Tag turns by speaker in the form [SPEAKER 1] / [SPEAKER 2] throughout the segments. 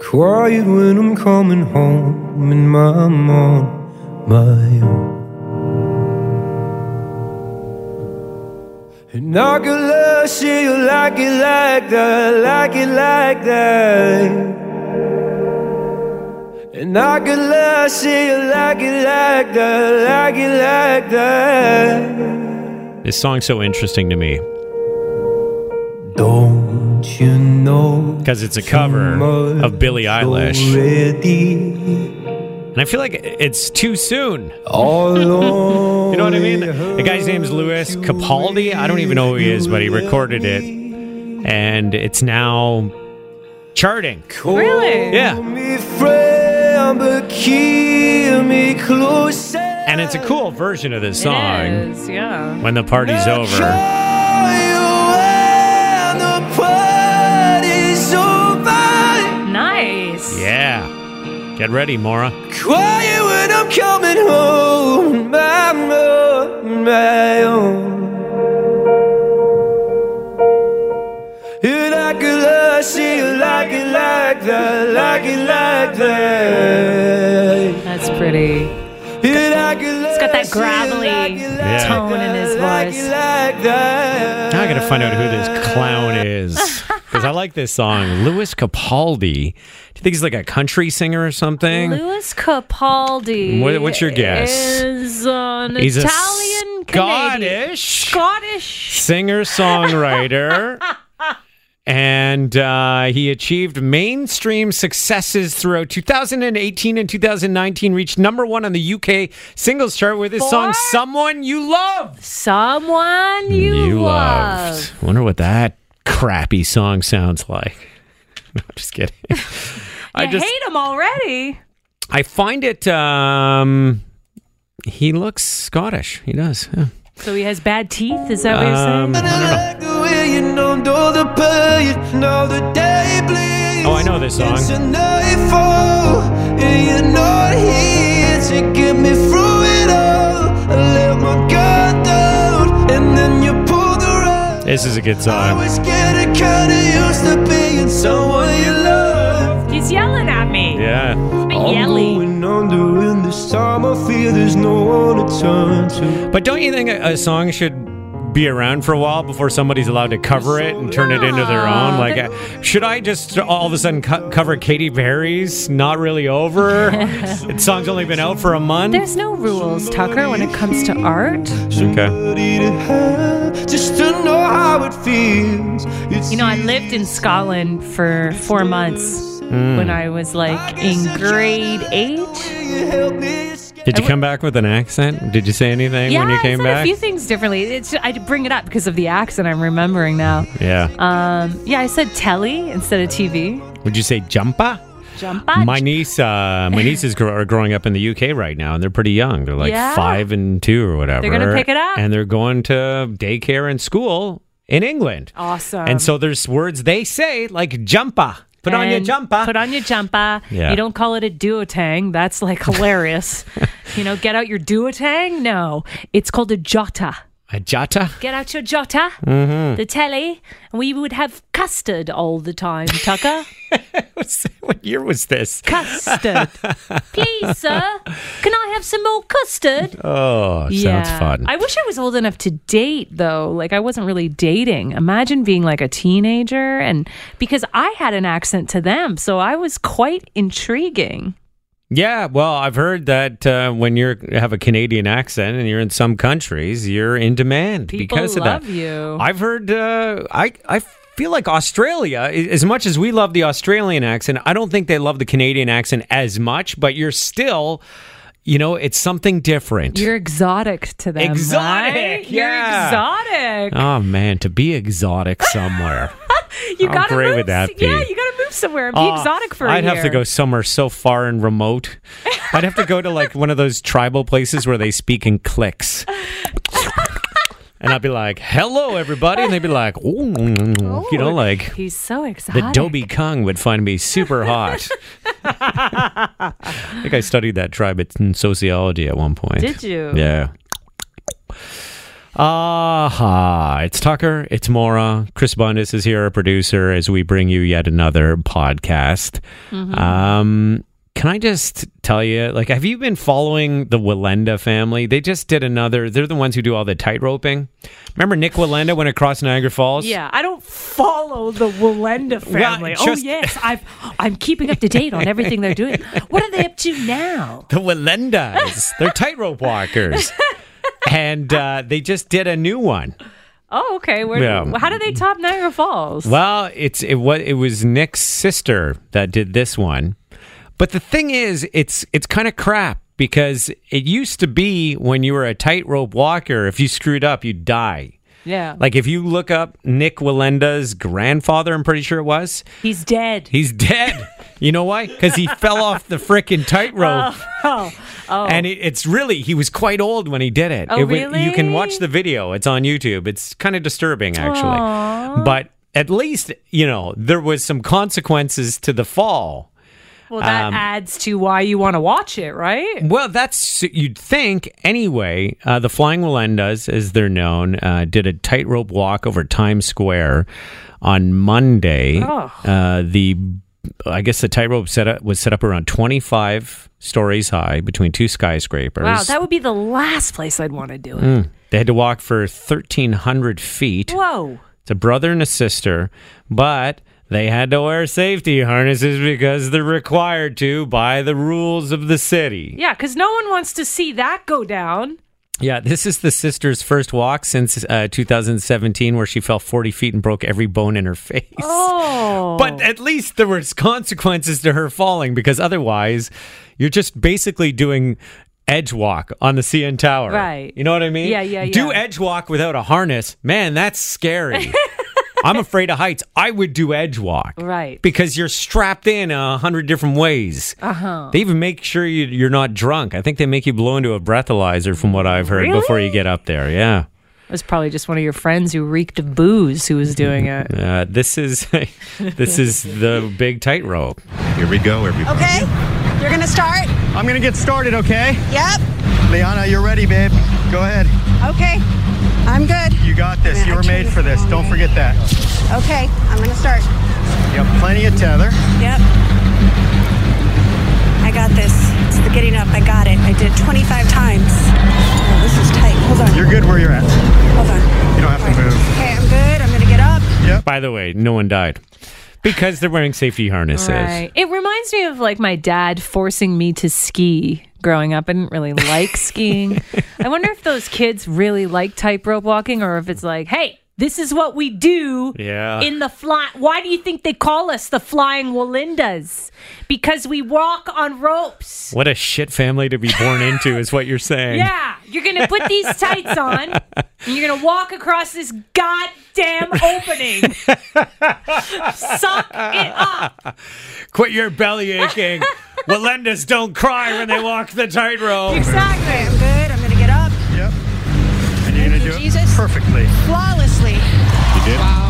[SPEAKER 1] Quiet when I'm coming home and I'm on my own. And I could love shit you like it like that, like it like that. And I could love shit you like it like that, like it like that.
[SPEAKER 2] This song's so interesting to me
[SPEAKER 1] Don't you know?
[SPEAKER 2] because it's a cover
[SPEAKER 1] Someone's
[SPEAKER 2] of Billie Eilish.
[SPEAKER 1] already
[SPEAKER 2] And I feel like it's too soon.
[SPEAKER 1] All
[SPEAKER 2] You know what I mean? The guy's name's Louis Capaldi. I don't even know who he is, but he recorded it. And it's now charting.
[SPEAKER 1] Really?
[SPEAKER 2] Yeah. And
[SPEAKER 1] And
[SPEAKER 2] it's a cool version of this
[SPEAKER 3] It
[SPEAKER 2] song
[SPEAKER 3] is, yeah.
[SPEAKER 2] when the party's over.
[SPEAKER 3] Nice.
[SPEAKER 2] Yeah. Get ready, Mora.
[SPEAKER 1] Quiet when I'm coming home, I'm on my own. And I could love, see you like it like that, like it like that.
[SPEAKER 3] That's pretty.
[SPEAKER 1] And I could love,
[SPEAKER 3] It's got that gravelly
[SPEAKER 2] Yeah.
[SPEAKER 3] tone in his voice.
[SPEAKER 1] like that.
[SPEAKER 2] Now I gotta find out who this clown is. Because I like this song. Louis Capaldi. Do you think he's like a country singer or something?
[SPEAKER 3] Louis Capaldi.
[SPEAKER 2] What- what's your guess?
[SPEAKER 3] Is an
[SPEAKER 2] He's a
[SPEAKER 3] Italian Canadian.
[SPEAKER 2] Scottish
[SPEAKER 3] Scottish.
[SPEAKER 2] singer songwriter. And uh, he achieved mainstream successes throughout 2018 and 2019. Reached number one on the UK singles chart with his song
[SPEAKER 3] For-
[SPEAKER 2] "Someone You Love."
[SPEAKER 3] Someone you, love.
[SPEAKER 2] Wonder what that crappy song sounds like. No, I'm just kidding. I
[SPEAKER 3] You hate him already.
[SPEAKER 2] I find it. Um, he looks Scottish. He does. yeah.
[SPEAKER 3] So he has bad teeth. Is that what you're saying?
[SPEAKER 2] Um, I
[SPEAKER 1] Like the way you know, know the pain, know the day bleeds.
[SPEAKER 2] Oh, I know this song.
[SPEAKER 1] It's a nightfall, and you're not here to get me through it all. I let my guard down, and then you pulled the rug.
[SPEAKER 2] don't know. This is a good
[SPEAKER 1] I
[SPEAKER 2] song.
[SPEAKER 1] was getting kinda used to being someone you love.
[SPEAKER 3] He's yelling at me.
[SPEAKER 2] Um, Yeah. Oh.
[SPEAKER 3] He's been yelling.
[SPEAKER 1] going under in this time. I fear there's no one to turn to.
[SPEAKER 2] But don't you think a, a song should be around for a while before somebody's allowed to cover it and turn it into their own? Like, uh, should I just all of a sudden co- cover Katy Perry's "Not Really Over"? it song's only been out for a month.
[SPEAKER 3] There's no rules, Tucker, when it comes to art.
[SPEAKER 2] Okay.
[SPEAKER 1] Somebody to have, Just to know how it feels. It's
[SPEAKER 3] You know, I lived in Scotland for four months when I was like in grade eight.
[SPEAKER 2] Did you come back with an accent? Did you say anything
[SPEAKER 3] Yeah,
[SPEAKER 2] when you
[SPEAKER 3] I
[SPEAKER 2] came
[SPEAKER 3] said a
[SPEAKER 2] back?
[SPEAKER 3] few things differently. It's I bring it up because of the accent I'm remembering now.
[SPEAKER 2] yeah.
[SPEAKER 3] Um, yeah, I said telly instead of TV.
[SPEAKER 2] Would you say "jumpa"?
[SPEAKER 3] Jump
[SPEAKER 2] My niece, uh, my nieces grow, are growing up in the UK right now, and they're pretty young. They're like
[SPEAKER 3] Yeah.
[SPEAKER 2] five and two or whatever.
[SPEAKER 3] gonna pick it up.
[SPEAKER 2] and they're going to daycare and school in England.
[SPEAKER 3] Awesome.
[SPEAKER 2] And so there's words they say like "jumpa." Put on your
[SPEAKER 3] Um, And
[SPEAKER 2] jumper.
[SPEAKER 3] Put on your jumper.
[SPEAKER 2] Yeah.
[SPEAKER 3] You don't call it a duotang. That's like hilarious. you know, get out your duotang. No, it's called a jota.
[SPEAKER 2] a jata.
[SPEAKER 3] Get out your jota,
[SPEAKER 2] Mm-hmm.
[SPEAKER 3] the telly, and we would have custard all the time, Tucker.
[SPEAKER 2] what year was this?
[SPEAKER 3] custard. Please, sir, can I have some more custard?
[SPEAKER 2] Oh, sounds fun.
[SPEAKER 3] I wish I was old enough to date, though. Like, I wasn't really dating. Imagine being like a teenager, and because I had an accent to them, so I was quite intriguing.
[SPEAKER 2] yeah, well, I've heard that uh, when you have a Canadian accent and you're in some countries, you're in demand
[SPEAKER 3] People
[SPEAKER 2] because of
[SPEAKER 3] love
[SPEAKER 2] that.
[SPEAKER 3] you.
[SPEAKER 2] I've heard. Uh, I I feel like Australia, a- as much as we love the Australian accent, I don't think they love the Canadian accent as much. But you're still, you know, it's something different.
[SPEAKER 3] You're exotic to them.
[SPEAKER 2] Exotic,
[SPEAKER 3] right?
[SPEAKER 2] yeah.
[SPEAKER 3] You're exotic.
[SPEAKER 2] oh man, to be exotic somewhere.
[SPEAKER 3] you
[SPEAKER 2] How
[SPEAKER 3] gotta
[SPEAKER 2] great
[SPEAKER 3] move.
[SPEAKER 2] would that
[SPEAKER 3] Yeah,
[SPEAKER 2] be?
[SPEAKER 3] you gotta move live somewhere and be
[SPEAKER 2] Oh,
[SPEAKER 3] exotic for a
[SPEAKER 2] I'd have to
[SPEAKER 3] year.
[SPEAKER 2] go somewhere so far and remote. I'd have to go to like one of those tribal places where they speak in clicks. And I'd be like, "Hello, everybody," and they'd be like, "Ooh," you know, like
[SPEAKER 3] He's so exotic.
[SPEAKER 2] the Dobie Kong would find me super hot. I think I studied that tribe in sociology at one point.
[SPEAKER 3] Did you?
[SPEAKER 2] Yeah. Aha. It's Tucker. It's Mora. Chris Bundis is here, our producer, as we bring you yet another podcast.
[SPEAKER 3] Mm-hmm.
[SPEAKER 2] Um, can I just tell you, like, have you been following the Walenda family? They just did another, they're the ones who do all the tight roping. Remember Nick Walenda went across Niagara Falls?
[SPEAKER 3] Yeah, I don't follow the Walenda family. oh
[SPEAKER 2] just-
[SPEAKER 3] yes, I've I'm keeping up to date on everything they're doing. What are they up to now?
[SPEAKER 2] The Walendas. They're tightrope walkers. and uh, they just did a new one.
[SPEAKER 3] Oh, okay. Where,
[SPEAKER 2] Yeah.
[SPEAKER 3] How do they top Niagara Falls?
[SPEAKER 2] Well, it's it was it was Nick's sister that did this one. But the thing is, it's it's kind of crap because it used to be when you were a tightrope walker, if you screwed up, you'd die.
[SPEAKER 3] yeah,
[SPEAKER 2] Like if you look up Nick Walenda's grandfather, I'm pretty sure it was,
[SPEAKER 3] he's dead.
[SPEAKER 2] he's dead. you know why? Because he fell off the frickin' tightrope.
[SPEAKER 3] Oh,
[SPEAKER 2] And it, it's really, he was quite old when he did it.
[SPEAKER 3] Oh,
[SPEAKER 2] It wa- You can
[SPEAKER 3] really?
[SPEAKER 2] watch the video. It's on YouTube. It's kind of disturbing, actually. But at least, you know, there was some consequences to the fall.
[SPEAKER 3] well, that
[SPEAKER 2] Um,
[SPEAKER 3] adds to why you want to watch it, right?
[SPEAKER 2] Well, that's, you'd think, anyway. Uh, the Flying Willendas, as they're known, uh, did a tightrope walk over Times Square on Monday.
[SPEAKER 3] Oh.
[SPEAKER 2] Uh, the, I guess the tightrope set up, was set up around 25 stories high between two skyscrapers.
[SPEAKER 3] Wow, that would be the last place I'd want to do it.
[SPEAKER 2] Mm. They had to walk for 1,300 feet.
[SPEAKER 3] Whoa.
[SPEAKER 2] It's a brother and a sister, but they had to wear safety harnesses because they're required to by the rules of the city.
[SPEAKER 3] Yeah, because no one wants to see that go down.
[SPEAKER 2] Yeah, this is the sister's first walk since uh, 2017, where she fell 40 feet and broke every bone in her face.
[SPEAKER 3] Oh.
[SPEAKER 2] But at least there was consequences to her falling because otherwise, you're just basically doing edge walk on the CN Tower.
[SPEAKER 3] Right.
[SPEAKER 2] You know what I mean?
[SPEAKER 3] Yeah, yeah,
[SPEAKER 2] Do
[SPEAKER 3] yeah.
[SPEAKER 2] edge walk without a harness, man. That's scary. I'm afraid of heights. I would do edge walk.
[SPEAKER 3] Right.
[SPEAKER 2] Because you're strapped in a hundred different ways. Uh
[SPEAKER 3] Uh-huh.
[SPEAKER 2] huh. They even make sure you, you're not drunk. I think they make you blow into a breathalyzer, from what I've heard, before you get up there. Yeah.
[SPEAKER 3] It was probably just one of your friends who reeked of booze who was doing it.
[SPEAKER 2] Uh, this is this is the big tightrope.
[SPEAKER 4] Here we go, everybody.
[SPEAKER 5] Okay, you're gonna start.
[SPEAKER 6] I'm gonna get started, okay?
[SPEAKER 5] Yep.
[SPEAKER 6] Liana, you're ready, babe. Go ahead.
[SPEAKER 5] Okay, I'm good.
[SPEAKER 6] You got this. You were made for this. Don't forget that.
[SPEAKER 5] Okay, I'm gonna start.
[SPEAKER 6] You have plenty of tether.
[SPEAKER 5] Yep. I got this. It's the getting up. I got it. I did 25 times. Oh, this is tight. Hold on.
[SPEAKER 6] You're good where you're at.
[SPEAKER 5] Hold on.
[SPEAKER 6] You don't have to move.
[SPEAKER 5] Okay, I'm good. I'm gonna get up.
[SPEAKER 2] By the way, no one died because they're wearing safety harnesses.
[SPEAKER 3] Right. It reminds me of like my dad forcing me to ski growing up. I didn't really like skiing. I wonder if those kids really like tightrope walking or if it's like, hey, this is what we do
[SPEAKER 2] Yeah.
[SPEAKER 3] in the fly. Why do you think they call us the flying Walendas? Because we walk on ropes.
[SPEAKER 2] What a shit family to be born into is what you're saying.
[SPEAKER 3] Yeah, you're gonna put these tights on, and you're gonna walk across this goddamn opening. Suck it up.
[SPEAKER 2] Quit your belly aching. Walendas don't cry when they walk the tightrope.
[SPEAKER 5] Okay, I'm good. I'm gonna get up
[SPEAKER 6] Yep. And you're gonna
[SPEAKER 5] you,
[SPEAKER 6] do it
[SPEAKER 5] Jesus.
[SPEAKER 6] perfectly.
[SPEAKER 5] flawlessly.
[SPEAKER 4] You did?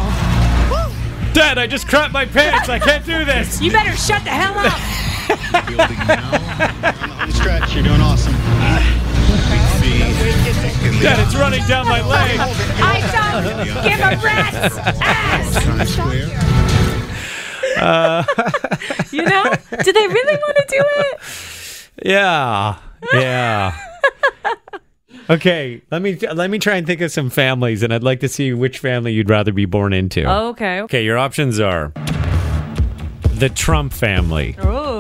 [SPEAKER 2] Dad, I just crapped my pants. I can't do this.
[SPEAKER 3] You better shut the hell up.
[SPEAKER 4] Building now.
[SPEAKER 6] Home stretch. You're doing awesome.
[SPEAKER 2] Dad, it's running down my leg.
[SPEAKER 3] I don't give a rat's ass.
[SPEAKER 4] Times Square.
[SPEAKER 3] You know? Do they really want to do it?
[SPEAKER 2] Yeah. Yeah. Okay, let me let me try and think of some families and I'd like to see which family you'd rather be born into.
[SPEAKER 3] Okay.
[SPEAKER 2] Okay, your options are the Trump family.
[SPEAKER 3] Oh.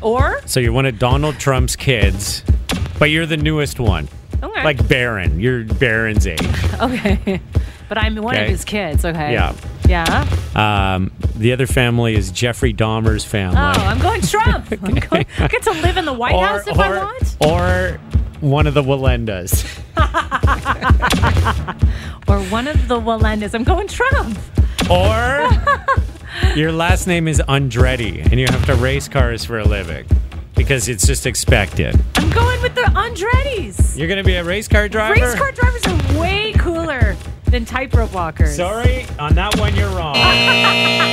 [SPEAKER 3] Or
[SPEAKER 2] So you're one of Donald Trump's kids, but you're the newest one.
[SPEAKER 3] okay.
[SPEAKER 2] Like Barron. You're Barron's age.
[SPEAKER 3] okay. But I'm one
[SPEAKER 2] Okay.
[SPEAKER 3] of his kids. Okay.
[SPEAKER 2] Yeah.
[SPEAKER 3] Yeah. Oh,
[SPEAKER 2] Um, the other family is Jeffrey Dahmer's family.
[SPEAKER 3] Oh, I'm going Trump. I'm going, I get to live in the White
[SPEAKER 2] or,
[SPEAKER 3] House if
[SPEAKER 2] or,
[SPEAKER 3] I want,
[SPEAKER 2] or one of the Walendas.
[SPEAKER 3] or one of the Walendas. I'm going Trump.
[SPEAKER 2] Or your last name is Andretti and you have to race cars for a living because it's just expected.
[SPEAKER 3] I'm going with the Andretti's.
[SPEAKER 2] You're going to be a race car driver?
[SPEAKER 3] Race car drivers are way cooler than tightrope walkers.
[SPEAKER 2] Sorry, on that one you're wrong.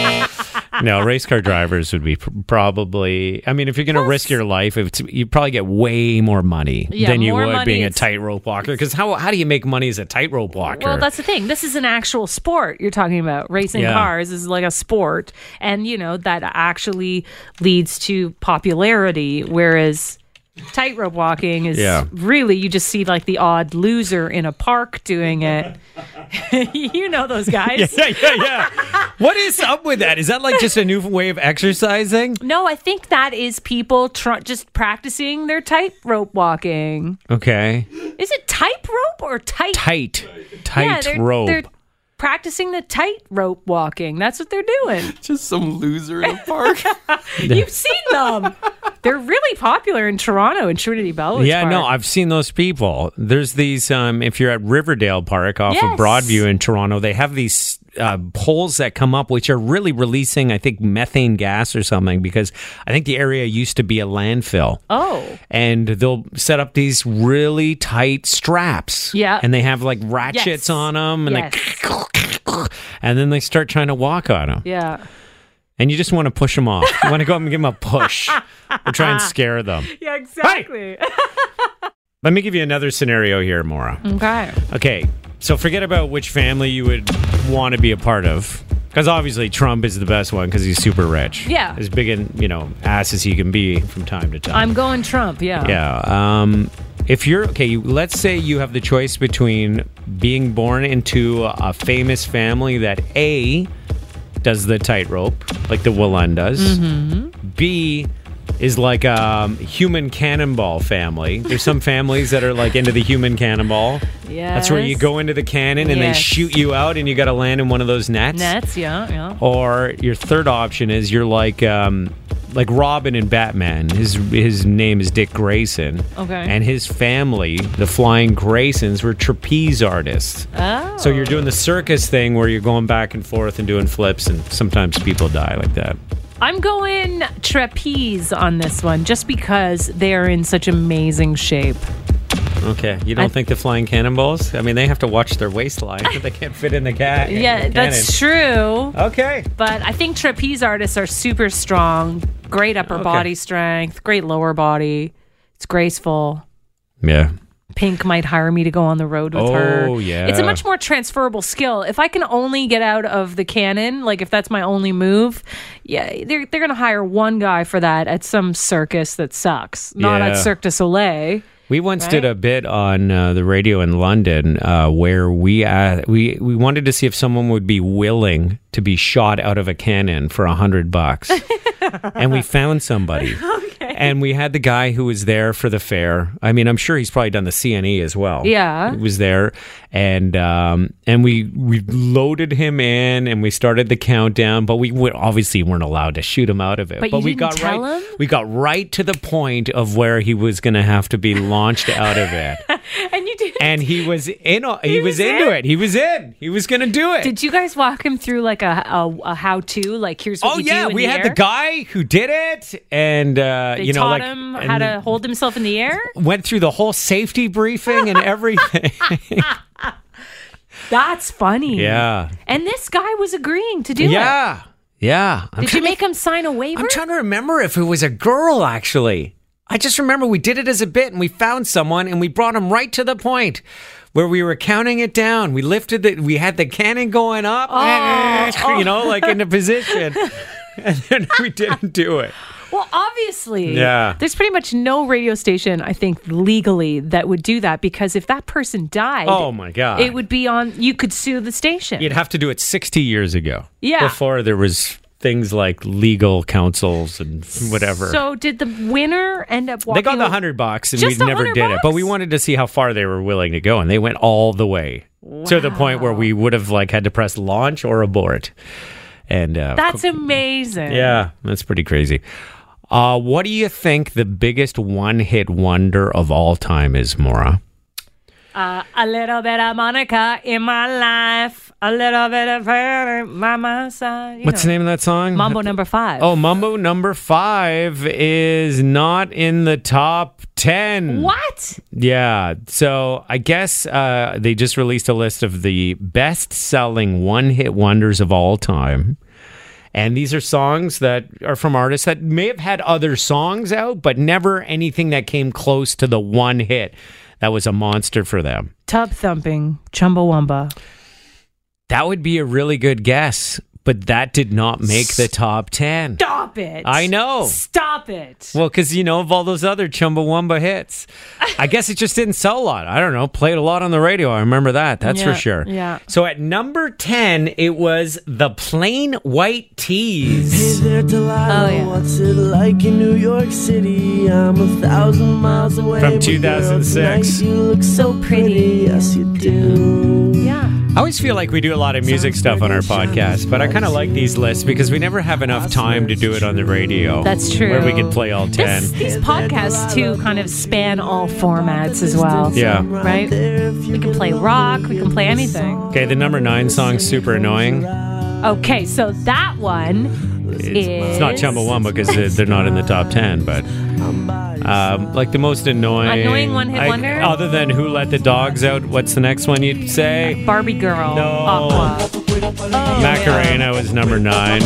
[SPEAKER 2] no, race car drivers would be pr- probably. I mean, if you're going to risk your life, if it's, you probably get way more money
[SPEAKER 3] Yeah,
[SPEAKER 2] than you
[SPEAKER 3] more
[SPEAKER 2] would
[SPEAKER 3] money
[SPEAKER 2] being a
[SPEAKER 3] is-
[SPEAKER 2] tightrope walker. Because how how do you make money as a tightrope walker?
[SPEAKER 3] Well, that's the thing. This is an actual sport you're talking about. Racing
[SPEAKER 2] Yeah.
[SPEAKER 3] cars is like a sport, and you know that actually leads to popularity. Whereas tightrope walking is
[SPEAKER 2] Yeah.
[SPEAKER 3] really you just see like the odd loser in a park doing it. you know those guys.
[SPEAKER 2] yeah, yeah, yeah. what is up with that? Is that like just a new way of exercising?
[SPEAKER 3] No, I think that is people tr- just practicing their tightrope walking.
[SPEAKER 2] Okay,
[SPEAKER 3] Is it tightrope or tight?
[SPEAKER 2] tight,
[SPEAKER 3] Yeah,
[SPEAKER 2] tight
[SPEAKER 3] they're-
[SPEAKER 2] rope.
[SPEAKER 3] they're practicing the tightrope walking. That's what they're doing.
[SPEAKER 7] Just some loser in a park.
[SPEAKER 3] You've seen them. They're really popular in Toronto and Trinity Bellwoods.
[SPEAKER 2] Yeah, no,
[SPEAKER 3] Park.
[SPEAKER 2] I've seen those people. There's these. Um, if you're at Riverdale Park off
[SPEAKER 3] Yes.
[SPEAKER 2] of Broadview in Toronto, they have these uh, poles that come up, which are really releasing, I think, methane gas or something, because I think the area used to be a landfill.
[SPEAKER 3] Oh.
[SPEAKER 2] And they'll set up these really tight straps.
[SPEAKER 3] Yeah.
[SPEAKER 2] And they have like ratchets
[SPEAKER 3] Yes.
[SPEAKER 2] on them, and they, and then they start trying to walk on them,
[SPEAKER 3] Yeah.
[SPEAKER 2] and you just want to push them off. you want to go up and give them a push, or try and scare them.
[SPEAKER 3] Yeah, exactly.
[SPEAKER 2] Let me give you another scenario here, Mora.
[SPEAKER 3] okay.
[SPEAKER 2] Okay, so forget about which family you would want to be a part of. Because obviously Trump is the best one because he's super rich.
[SPEAKER 3] Yeah.
[SPEAKER 2] As big and, you know, ass as he can be from time to time.
[SPEAKER 3] I'm going Trump. Yeah.
[SPEAKER 2] yeah. Um, if you're, okay, you, let's say you have the choice between being born into a, a famous family that A, does the tightrope, like the Wallen does.
[SPEAKER 3] Mm-hmm.
[SPEAKER 2] B, is like a um, human cannonball family. There's some families that are like into the human cannonball.
[SPEAKER 3] Yeah.
[SPEAKER 2] That's where you go into the cannon and
[SPEAKER 3] Yes.
[SPEAKER 2] they shoot you out, and you got to land in one of those nets.
[SPEAKER 3] Nets. Yeah. Yeah.
[SPEAKER 2] Or your third option is you're like um, like Robin in Batman. His his name is Dick Grayson.
[SPEAKER 3] Okay.
[SPEAKER 2] And his family, the Flying Graysons, were trapeze artists.
[SPEAKER 3] Oh.
[SPEAKER 2] So you're doing the circus thing where you're going back and forth and doing flips, and sometimes people die like that.
[SPEAKER 3] I'm going trapeze on this one just because they are in such amazing shape.
[SPEAKER 2] Okay. You don't
[SPEAKER 3] I-
[SPEAKER 2] think the flying cannonballs? I mean, they have to watch their waistline because they can't fit in the cat.
[SPEAKER 3] Yeah, that's true.
[SPEAKER 2] Okay.
[SPEAKER 3] But I think trapeze artists are super strong, great upper
[SPEAKER 2] Okay.
[SPEAKER 3] body strength, great lower body. It's graceful.
[SPEAKER 2] Yeah.
[SPEAKER 3] Pink might hire me to go on the road with her.
[SPEAKER 2] Oh, yeah.
[SPEAKER 3] It's a much more transferable skill. If I can only get out of the cannon, like if that's my only move, yeah, they're, they're going to hire one guy for that at some circus that sucks, not
[SPEAKER 2] Yeah.
[SPEAKER 3] at Cirque du Soleil.
[SPEAKER 2] We once did
[SPEAKER 3] Right?
[SPEAKER 2] a bit on uh, the radio in London uh, where we uh, we we wanted to see if someone would be willing to be shot out of a cannon for a hundred bucks, and we found somebody. And we had the guy who was there for the fair. I mean, I'm sure he's probably done the CNE as well.
[SPEAKER 3] Yeah.
[SPEAKER 2] he was there, and um, and we we loaded him in, and we started the countdown. But we would, obviously weren't allowed to shoot him out of it.
[SPEAKER 3] But you
[SPEAKER 2] we
[SPEAKER 3] didn't
[SPEAKER 2] got
[SPEAKER 3] tell
[SPEAKER 2] right
[SPEAKER 3] him?
[SPEAKER 2] we got right to the point of where he was going to have to be launched out of it,
[SPEAKER 3] And you did.
[SPEAKER 2] and he was in. He, was,
[SPEAKER 3] was
[SPEAKER 2] into
[SPEAKER 3] in?
[SPEAKER 2] it. He was in. He was going to do it.
[SPEAKER 3] Did you guys walk him through like a, a, a how to? Like, here's what
[SPEAKER 2] oh
[SPEAKER 3] you
[SPEAKER 2] yeah,
[SPEAKER 3] do in
[SPEAKER 2] we
[SPEAKER 3] the
[SPEAKER 2] had
[SPEAKER 3] air?
[SPEAKER 2] the guy who did it, and uh,
[SPEAKER 3] They
[SPEAKER 2] you know,
[SPEAKER 3] taught
[SPEAKER 2] like
[SPEAKER 3] him
[SPEAKER 2] and
[SPEAKER 3] how to hold himself in the air.
[SPEAKER 2] Went through the whole safety briefing and everything.
[SPEAKER 3] That's funny.
[SPEAKER 2] yeah,
[SPEAKER 3] And this guy was agreeing to do it.
[SPEAKER 2] yeah, yeah. I'm
[SPEAKER 3] Did
[SPEAKER 2] trying
[SPEAKER 3] you
[SPEAKER 2] to
[SPEAKER 3] make him sign a waiver?
[SPEAKER 2] I'm trying to remember if it was a girl, actually. I just remember we did it as a bit and we found someone and we brought him right to the point where we were counting it down. We lifted the, we had the cannon going up,
[SPEAKER 3] Oh.
[SPEAKER 2] you know, like in a position. And then we didn't do it.
[SPEAKER 3] well, obviously.
[SPEAKER 2] Yeah.
[SPEAKER 3] There's pretty much no radio station, I think, legally that would do that because if that person died,
[SPEAKER 2] Oh my God.
[SPEAKER 3] it would be on, you could sue the station.
[SPEAKER 2] You'd have to do it 60 years ago.
[SPEAKER 3] Yeah.
[SPEAKER 2] Before there was things like legal councils and whatever.
[SPEAKER 3] So did the winner end up walking?
[SPEAKER 2] They got the
[SPEAKER 3] away-
[SPEAKER 2] hundred bucks, and we
[SPEAKER 3] Just the
[SPEAKER 2] never
[SPEAKER 3] 100
[SPEAKER 2] did it. But
[SPEAKER 3] bucks?
[SPEAKER 2] we wanted to see how far they were willing to go, and they went all the way to the point where we would have like had to press launch or abort. And uh,
[SPEAKER 3] That's amazing.
[SPEAKER 2] yeah, that's pretty crazy. Uh, what do you think the biggest one-hit wonder of all time is, Mora?
[SPEAKER 3] Uh, A little bit of Monica in my life. A little bit of her, mama side. you
[SPEAKER 2] What's the
[SPEAKER 3] know.
[SPEAKER 2] name of that song?
[SPEAKER 3] Mambo number five.
[SPEAKER 2] Oh, Mumbo number five is not in the top 10.
[SPEAKER 3] What?
[SPEAKER 2] Yeah. So I guess uh, they just released a list of the best selling one hit wonders of all time. And these are songs that are from artists that may have had other songs out, but never anything that came close to the one hit that was a monster for them.
[SPEAKER 3] Tub thumping, Chumbawamba.
[SPEAKER 2] That would be a really good guess, but that did not make the top 10.
[SPEAKER 3] Stop it.
[SPEAKER 2] I know.
[SPEAKER 3] Stop it.
[SPEAKER 2] Well, because you know of all those other Chumbawamba hits, I guess it just didn't sell a lot. I don't know. Played a lot on the radio. I remember that. That's
[SPEAKER 3] Yeah,
[SPEAKER 2] for sure.
[SPEAKER 3] yeah.
[SPEAKER 2] So at number ten, it was the plain white tees.
[SPEAKER 1] There, Delilah,
[SPEAKER 3] Oh, yeah.
[SPEAKER 1] what's it like in New York City? I'm a thousand miles away.
[SPEAKER 2] From
[SPEAKER 1] but
[SPEAKER 2] 2006.
[SPEAKER 1] girl, tonight You look so pretty. Yes, you do.
[SPEAKER 3] yeah.
[SPEAKER 2] I always feel like we do a lot of music stuff on our podcast, but I kind of like these lists because we never have enough time to do it on the radio.
[SPEAKER 3] That's true.
[SPEAKER 2] Where we can play all ten.
[SPEAKER 3] This, these podcasts, too, kind of span all formats as well.
[SPEAKER 2] yeah.
[SPEAKER 3] Right? We can play rock, we can play anything.
[SPEAKER 2] Okay. The number nine song's super annoying.
[SPEAKER 3] Okay, so that one is.
[SPEAKER 2] It's not Chumbawamba because they're, they're not in the top ten, but um, like the most annoying,
[SPEAKER 3] Annoying one-hit
[SPEAKER 2] I-
[SPEAKER 3] wonder?
[SPEAKER 2] Other than who let the dogs out? What's the next one you'd say?
[SPEAKER 3] Barbie Girl.
[SPEAKER 2] No.
[SPEAKER 3] Aqua. Oh,
[SPEAKER 2] Macarena was number nine.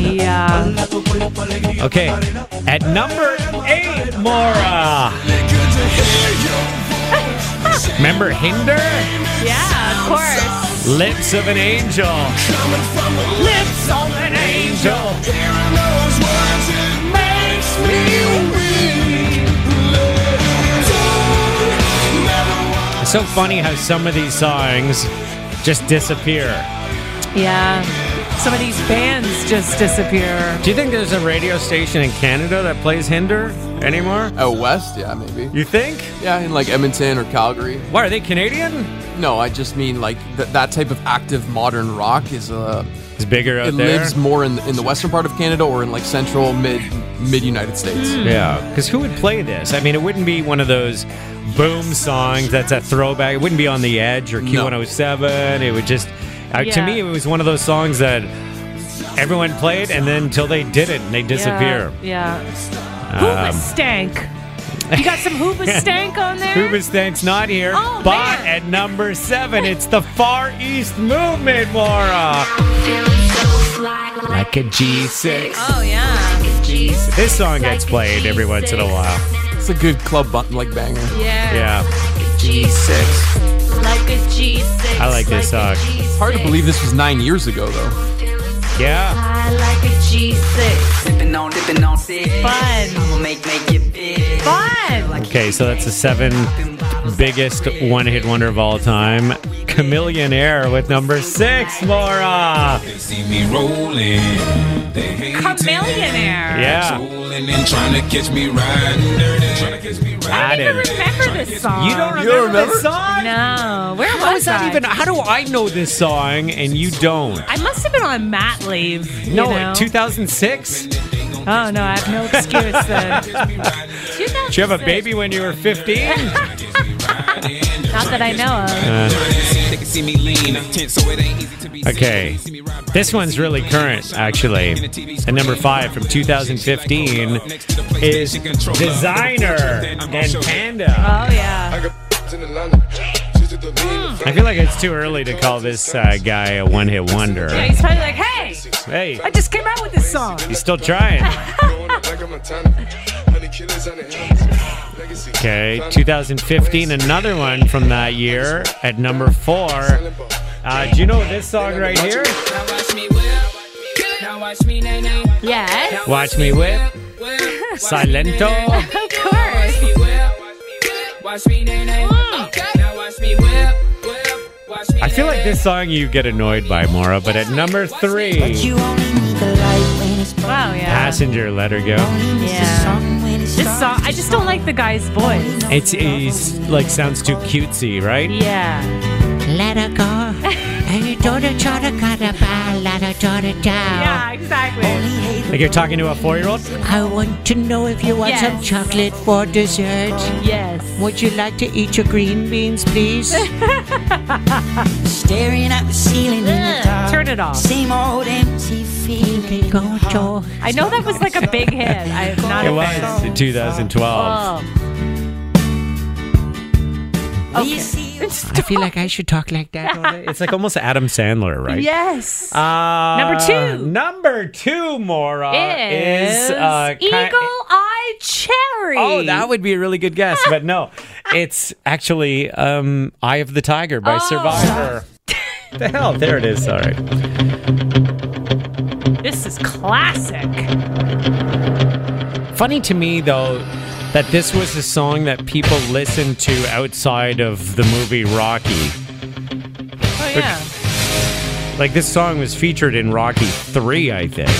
[SPEAKER 3] Yeah.
[SPEAKER 2] Okay, at number eight, Mora. Remember Hinder?
[SPEAKER 3] Yeah, of course.
[SPEAKER 2] Lips of an angel. Lips of an angel. It's so funny how some of these songs just disappear.
[SPEAKER 3] Yeah. Some of these bands just disappear.
[SPEAKER 2] Do you think there's a radio station in Canada that plays Hinder anymore?
[SPEAKER 7] Out Oh, west, yeah, maybe.
[SPEAKER 2] You think?
[SPEAKER 7] Yeah, in like Edmonton or Calgary.
[SPEAKER 2] Why are they Canadian?
[SPEAKER 7] No, I just mean like th- that type of active modern rock is uh,
[SPEAKER 2] It's bigger out
[SPEAKER 7] it
[SPEAKER 2] there.
[SPEAKER 7] lives more in in the western part of Canada or in like central mid mid United States.
[SPEAKER 2] Yeah, because who would play this? I mean, it wouldn't be one of those boom songs that's a throwback. It wouldn't be on the edge or
[SPEAKER 7] No.
[SPEAKER 2] Q107. It would just, uh, to
[SPEAKER 3] Yeah.
[SPEAKER 2] me, it was one of those songs that everyone played and then until they did it and they disappear. Um,
[SPEAKER 3] Yeah. yeah. stank. You got some stank on there?
[SPEAKER 2] Who was thanks not here?
[SPEAKER 3] Oh,
[SPEAKER 2] but
[SPEAKER 3] man.
[SPEAKER 2] at number seven, it's the Far East Movement, Mora. Like a G6.
[SPEAKER 3] Oh, yeah.
[SPEAKER 2] This song gets played every once in a while.
[SPEAKER 7] It's a good club button like banger.
[SPEAKER 3] Yeah.
[SPEAKER 2] Yeah.
[SPEAKER 7] Six.
[SPEAKER 2] I like this song.
[SPEAKER 7] Hard to believe this was nine years ago though.
[SPEAKER 2] Yeah.
[SPEAKER 8] Sipping on, dipping on six.
[SPEAKER 3] Fun.
[SPEAKER 8] I'ma make, make it big.
[SPEAKER 3] Fun.
[SPEAKER 2] Okay, so that's the seventh biggest one hit wonder of all time. Chameleon Air with number six, Laura.
[SPEAKER 4] They see me rolling. They hate
[SPEAKER 3] Chameleonaire.
[SPEAKER 2] Yeah.
[SPEAKER 4] Rolling and trying to catch me riding dirty. Trying to catch me
[SPEAKER 3] I
[SPEAKER 2] I
[SPEAKER 3] don't even
[SPEAKER 2] didn't.
[SPEAKER 3] remember this song.
[SPEAKER 2] You don't remember, this song?
[SPEAKER 3] No. Where
[SPEAKER 2] How
[SPEAKER 3] was
[SPEAKER 2] is that
[SPEAKER 3] I?
[SPEAKER 2] even? How do I know this song and you don't?
[SPEAKER 3] I must have been on mat leave. you
[SPEAKER 2] No,
[SPEAKER 3] know?
[SPEAKER 2] 2006? Did
[SPEAKER 3] Oh, no, I have no excuse then.
[SPEAKER 2] you have a baby when you were 15?
[SPEAKER 3] Not that I know of.
[SPEAKER 4] They can see me lean. Tense, so it ain't easy to be seen.
[SPEAKER 2] Okay. This one's really current, actually. And number five from 2015 is Designer and Panda.
[SPEAKER 3] Oh, yeah.
[SPEAKER 4] Mm.
[SPEAKER 2] I feel like it's too early to call this uh, guy a one hit wonder.
[SPEAKER 3] Yeah, he's probably like, hey,
[SPEAKER 2] Hey,
[SPEAKER 3] I just came out with this song.
[SPEAKER 2] he's still trying. Okay, 2015, another one from that year at number four. Uh, do you know this song right here?
[SPEAKER 8] Now watch me whip. Now watch me nay nay.
[SPEAKER 3] Yes.
[SPEAKER 2] Watch me whip.
[SPEAKER 8] Whip.
[SPEAKER 2] Silento.
[SPEAKER 3] Of course.
[SPEAKER 8] Watch me whip. Watch me nay nay. Now watch me whip. Whip. Watch me
[SPEAKER 2] I feel like
[SPEAKER 8] nay-nay.
[SPEAKER 2] this song you get annoyed by, Mora, but at number three,
[SPEAKER 3] Wow, yeah.
[SPEAKER 2] Passenger Let Her Go.
[SPEAKER 3] Yeah. This song, I just don't like the guy's voice.
[SPEAKER 2] It's, it's like sounds too cutesy, right?
[SPEAKER 3] Yeah.
[SPEAKER 9] Let her go. And you don't try to cut her by, let her daughter down.
[SPEAKER 3] Yeah, exactly.
[SPEAKER 2] Like you're talking to a four year old?
[SPEAKER 9] I want to know if you want
[SPEAKER 3] Yes.
[SPEAKER 9] some chocolate for dessert.
[SPEAKER 3] Yes.
[SPEAKER 9] Would you like to eat your green beans, please? Staring at the ceiling in the dark.
[SPEAKER 3] Turn it off.
[SPEAKER 9] Same old empty feeling. Go to
[SPEAKER 3] I know that was like a big hit. I'm not
[SPEAKER 2] It
[SPEAKER 3] a fan.
[SPEAKER 2] was in 2012.
[SPEAKER 3] Oh.
[SPEAKER 9] Okay. I feel like I should talk like that.
[SPEAKER 2] It's like almost Adam Sandler, right?
[SPEAKER 3] Oh. Yes.
[SPEAKER 2] Uh,
[SPEAKER 3] Number two.
[SPEAKER 2] Number two, Mora,
[SPEAKER 3] is
[SPEAKER 2] is, uh, ki-
[SPEAKER 3] Eagle Eye Cherry.
[SPEAKER 2] Oh, that would be a really good guess, but no, it's actually um, "Eye of the Tiger" by
[SPEAKER 3] Oh.
[SPEAKER 2] Survivor. the hell, there it is. All right,
[SPEAKER 3] This is classic. Oh,
[SPEAKER 2] funny to me though that this was a song that people listened to outside of the movie Rocky.
[SPEAKER 3] Oh, yeah.
[SPEAKER 2] Like this song was featured in Rocky Three, I think.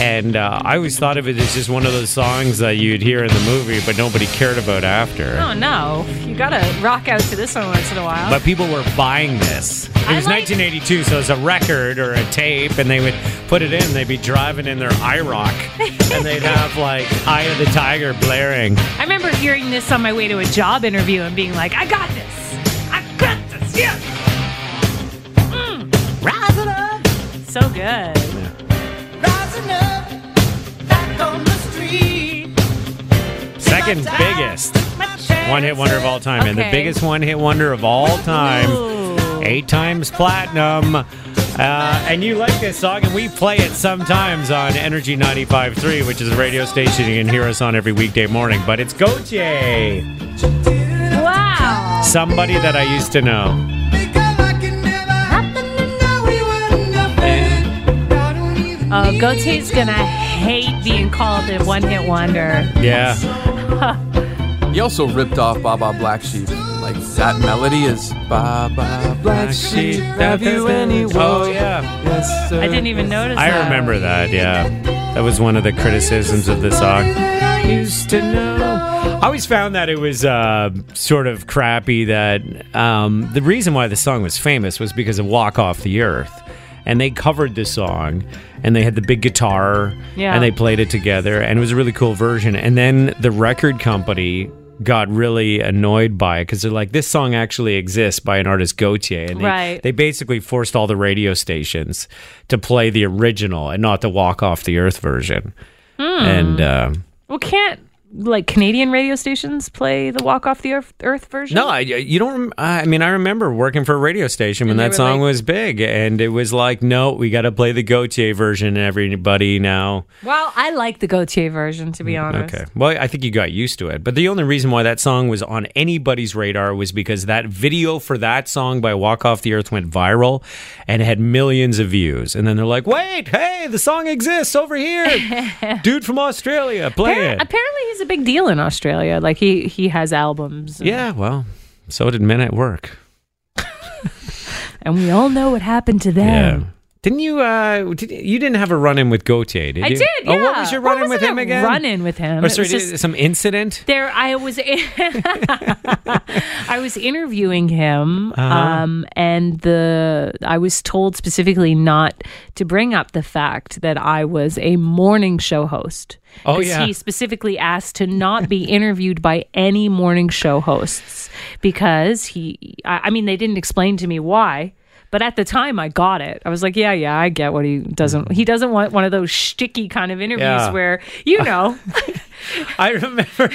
[SPEAKER 2] And uh, I always thought of it as just one of those songs that you'd hear in the movie, but nobody cared about after.
[SPEAKER 3] Oh, no. You gotta rock out to this one once in a while.
[SPEAKER 2] But people were buying this. It was
[SPEAKER 3] I like-
[SPEAKER 2] 1982, so it's a record or a tape, and they would put it in. They'd be driving in their IROC, and they'd have like "Eye of the Tiger" blaring.
[SPEAKER 3] I remember hearing this on my way to a job interview and being like, I got this. I got this. Yeah. Mm. Rising up. So good.
[SPEAKER 2] Second biggest one-hit wonder of all time, and the
[SPEAKER 3] Okay.
[SPEAKER 2] biggest one-hit wonder of all time.
[SPEAKER 3] Ooh.
[SPEAKER 2] eight times platinum. Uh, and you like this song, and we play it sometimes on Energy 95.3, which is a radio station you can hear us on every weekday morning. But it's Gautier,
[SPEAKER 3] Wow.
[SPEAKER 2] somebody that I used to know.
[SPEAKER 3] Oh, Gautier's gonna hate being called a one hit wonder.
[SPEAKER 2] Yeah.
[SPEAKER 7] He also ripped off Baba Black Sheep. Like that melody is Baba Black Sheep. Have you any
[SPEAKER 2] Oh, yeah.
[SPEAKER 7] Yes, sir.
[SPEAKER 3] I didn't even notice
[SPEAKER 2] I
[SPEAKER 3] that.
[SPEAKER 2] remember that, yeah. That was one of the criticisms of the song. Used to know. I always found that it was uh, sort of crappy that um, the reason why the song was famous was because of Walk Off the Earth. And they covered the song and they had the big guitar
[SPEAKER 3] Yeah.
[SPEAKER 2] and they played it together and it was a really cool version. And then the record company got really annoyed by it because they're like, this song actually exists by an artist Gautier. And they,
[SPEAKER 3] Right.
[SPEAKER 2] they basically forced all the radio stations to play the original and not the Walk Off the Earth version.
[SPEAKER 3] Hmm.
[SPEAKER 2] And uh,
[SPEAKER 3] Well, can't like Canadian radio stations play the Walk Off the Earth, Earth version?
[SPEAKER 2] no, I, you don't. rem- I mean, I remember working for a radio station when
[SPEAKER 3] And they
[SPEAKER 2] that
[SPEAKER 3] were
[SPEAKER 2] song
[SPEAKER 3] like-
[SPEAKER 2] was big, and it was like, no, we got to play the Gautier version. Everybody now.
[SPEAKER 3] Well, I like the Gautier version, to be honest.
[SPEAKER 2] Mm, Okay. Well, I think you got used to it. But the only reason why that song was on anybody's radar was because that video for that song by Walk Off the Earth went viral and had millions of views. And then they're like, wait, hey, the song exists over here. Dude from Australia, play
[SPEAKER 3] Appar-
[SPEAKER 2] it.
[SPEAKER 3] apparently, he's a big deal in Australia. Like he he has albums. And,
[SPEAKER 2] Yeah, well, so did Men at Work.
[SPEAKER 3] and we all know what happened to
[SPEAKER 2] Yeah.
[SPEAKER 3] them.
[SPEAKER 2] Didn't you? Uh, did, you didn't have a run-in with Gautier, did
[SPEAKER 3] I
[SPEAKER 2] you?
[SPEAKER 3] did. Yeah.
[SPEAKER 2] Oh, what was your run-in with
[SPEAKER 3] wasn't
[SPEAKER 2] him
[SPEAKER 3] a
[SPEAKER 2] again?
[SPEAKER 3] Run-in with him.
[SPEAKER 2] Or
[SPEAKER 3] It
[SPEAKER 2] sorry,
[SPEAKER 3] was just-
[SPEAKER 2] did- some incident.
[SPEAKER 3] there i was i was interviewing him
[SPEAKER 2] Uh-huh.
[SPEAKER 3] um, and the i was told specifically not to bring up the fact that i was a morning show host
[SPEAKER 2] Oh,
[SPEAKER 3] 'Cause
[SPEAKER 2] yeah.
[SPEAKER 3] he specifically asked to not be interviewed by any morning show hosts because he i, I mean they didn't explain to me why but at the time, I got it. I was like, "Yeah, yeah, I get what he doesn't. He doesn't want one of those shticky kind of interviews
[SPEAKER 2] Yeah.
[SPEAKER 3] where you know
[SPEAKER 2] I remember.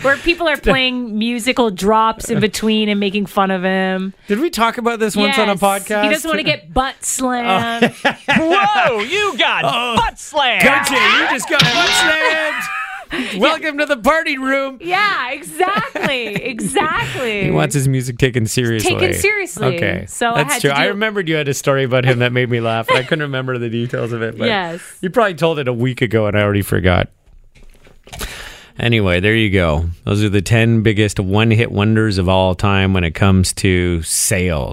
[SPEAKER 3] where people are playing musical drops in between and making fun of him.
[SPEAKER 2] did we talk about this once on a
[SPEAKER 3] Yes.
[SPEAKER 2] podcast?
[SPEAKER 3] He doesn't want to get butt slammed.
[SPEAKER 2] Whoa, you got butt slammed. Gotcha, you just Oh. got butt slammed. Welcome to the party room.
[SPEAKER 3] yeah, exactly. Exactly.
[SPEAKER 2] He wants his music taken seriously.
[SPEAKER 3] seriously.
[SPEAKER 2] Okay.
[SPEAKER 3] So I
[SPEAKER 2] That's
[SPEAKER 3] had
[SPEAKER 2] true.
[SPEAKER 3] to
[SPEAKER 2] I
[SPEAKER 3] do-
[SPEAKER 2] remembered you had a story about him that made me laugh. and I couldn't remember the details of it. But
[SPEAKER 3] Yes.
[SPEAKER 2] You probably told it a week ago and I already forgot. Anyway, there you go. Those are the 10 biggest one hit wonders of all time when it comes to sales.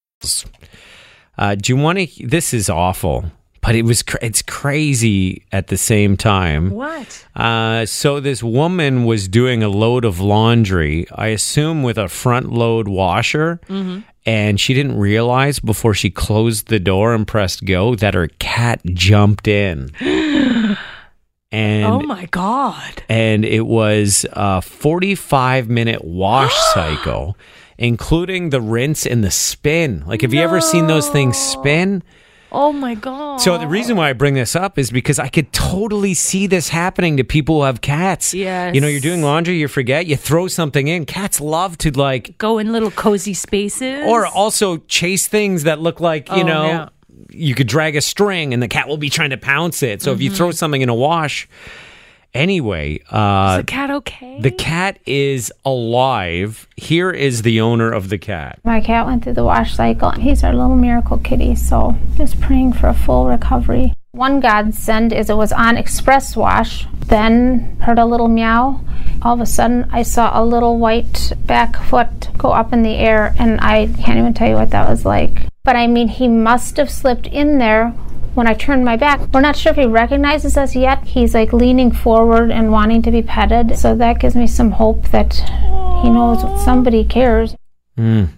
[SPEAKER 2] Uh, do you want to? This is awful, but it was. Cra- it's crazy at the same time.
[SPEAKER 3] What?
[SPEAKER 2] Uh, so this woman was doing a load of laundry, I assume with a front load washer,
[SPEAKER 3] Mm-hmm.
[SPEAKER 1] Mhm.
[SPEAKER 2] and she didn't realize before she closed the door and pressed go that her cat jumped in. And
[SPEAKER 3] oh my god!
[SPEAKER 2] and it was a 45 minute wash cycle, including the rinse and the spin. Like, have you ever seen those things spin?
[SPEAKER 3] Oh my god!
[SPEAKER 2] So the reason why I bring this up is because I could totally see this happening to people who have cats.
[SPEAKER 3] Yes.
[SPEAKER 2] You know, you're doing laundry, you forget, you throw something in. Cats love to like
[SPEAKER 3] Go in little cozy spaces,
[SPEAKER 2] or also chase things that look like, you
[SPEAKER 3] Oh,
[SPEAKER 2] know,
[SPEAKER 3] yeah.
[SPEAKER 2] you could drag a string and the cat will be trying to pounce it. So if you
[SPEAKER 3] Mm-hmm.
[SPEAKER 2] throw something in a wash, anyway, uh
[SPEAKER 3] the cat okay?
[SPEAKER 2] the cat is alive. Here is the owner of the cat.
[SPEAKER 10] My cat went through the wash cycle. He's our little miracle kitty, so just praying for a full recovery. One godsend is it was on express wash, then heard a little meow. All of a sudden, I saw a little white back foot go up in the air, and I can't even tell you what that was like. But I mean, he must have slipped in there when I turned my back. We're not sure if he recognizes us yet. He's like leaning forward and wanting to be petted, so that gives me some hope that he knows somebody cares.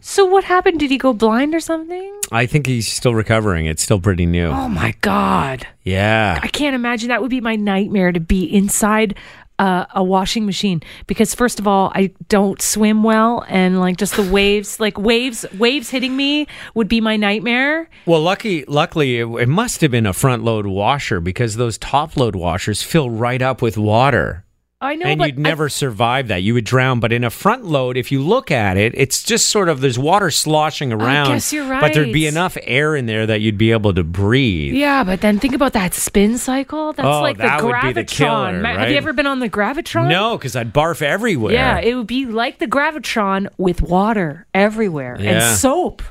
[SPEAKER 3] So what happened? Did he go blind or something?
[SPEAKER 2] I think he's still recovering. It's still pretty new.
[SPEAKER 3] Oh my god!
[SPEAKER 2] Yeah.
[SPEAKER 3] I can't imagine that would be my nightmare to be inside uh, a washing machine because first of all, I don't swim well, and like just the waves, like waves, waves hitting me would be my nightmare.
[SPEAKER 2] Well, lucky, luckily, it, it must have been a front load washer because those top load washers fill right up with water.
[SPEAKER 3] I know,
[SPEAKER 2] and
[SPEAKER 3] but
[SPEAKER 2] you'd never survive that. You would drown. But in a front load, if you look at it, it's just sort of there's water sloshing around.
[SPEAKER 3] guess you're
[SPEAKER 2] But there'd be
[SPEAKER 3] right.
[SPEAKER 2] enough air in there that you'd be able to breathe.
[SPEAKER 3] Yeah, but then think about that spin cycle. That's
[SPEAKER 2] Oh,
[SPEAKER 3] like the
[SPEAKER 2] that would
[SPEAKER 3] gravitron.
[SPEAKER 2] be the killer,
[SPEAKER 3] Ma- Have
[SPEAKER 2] right?
[SPEAKER 3] you ever been on the gravitron?
[SPEAKER 2] No, because I'd barf everywhere.
[SPEAKER 3] Yeah, it would be like the gravitron with water everywhere
[SPEAKER 2] Yeah.
[SPEAKER 3] and soap.